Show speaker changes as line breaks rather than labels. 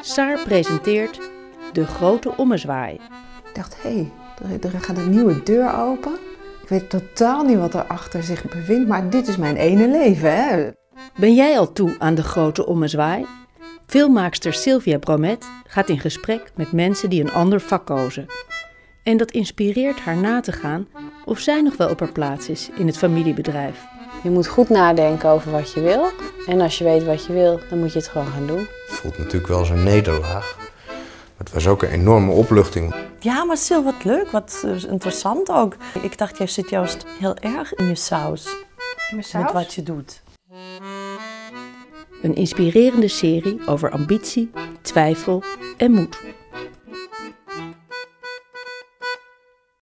Saar presenteert De Grote Ommezwaai.
Ik dacht, hé, hey, er, er gaat een nieuwe deur open. Ik weet totaal niet wat er achter zich bevindt, maar dit is mijn ene leven, hè.
Ben jij al toe aan De Grote Ommezwaai? Filmmaakster Sylvia Bromet gaat in gesprek met mensen die een ander vak kozen. En dat inspireert haar na te gaan of zij nog wel op haar plaats is in het familiebedrijf.
Je moet goed nadenken over wat je wil. En als je weet wat je wil, dan moet je het gewoon gaan doen.
Het voelt natuurlijk wel als een nederlaag. Maar het was ook een enorme opluchting.
Ja, maar Sil, wat leuk, wat eh, interessant ook. Ik dacht, jij zit juist heel erg in je saus.
In mijn
Met wat je doet.
Een inspirerende serie over ambitie, twijfel en moed.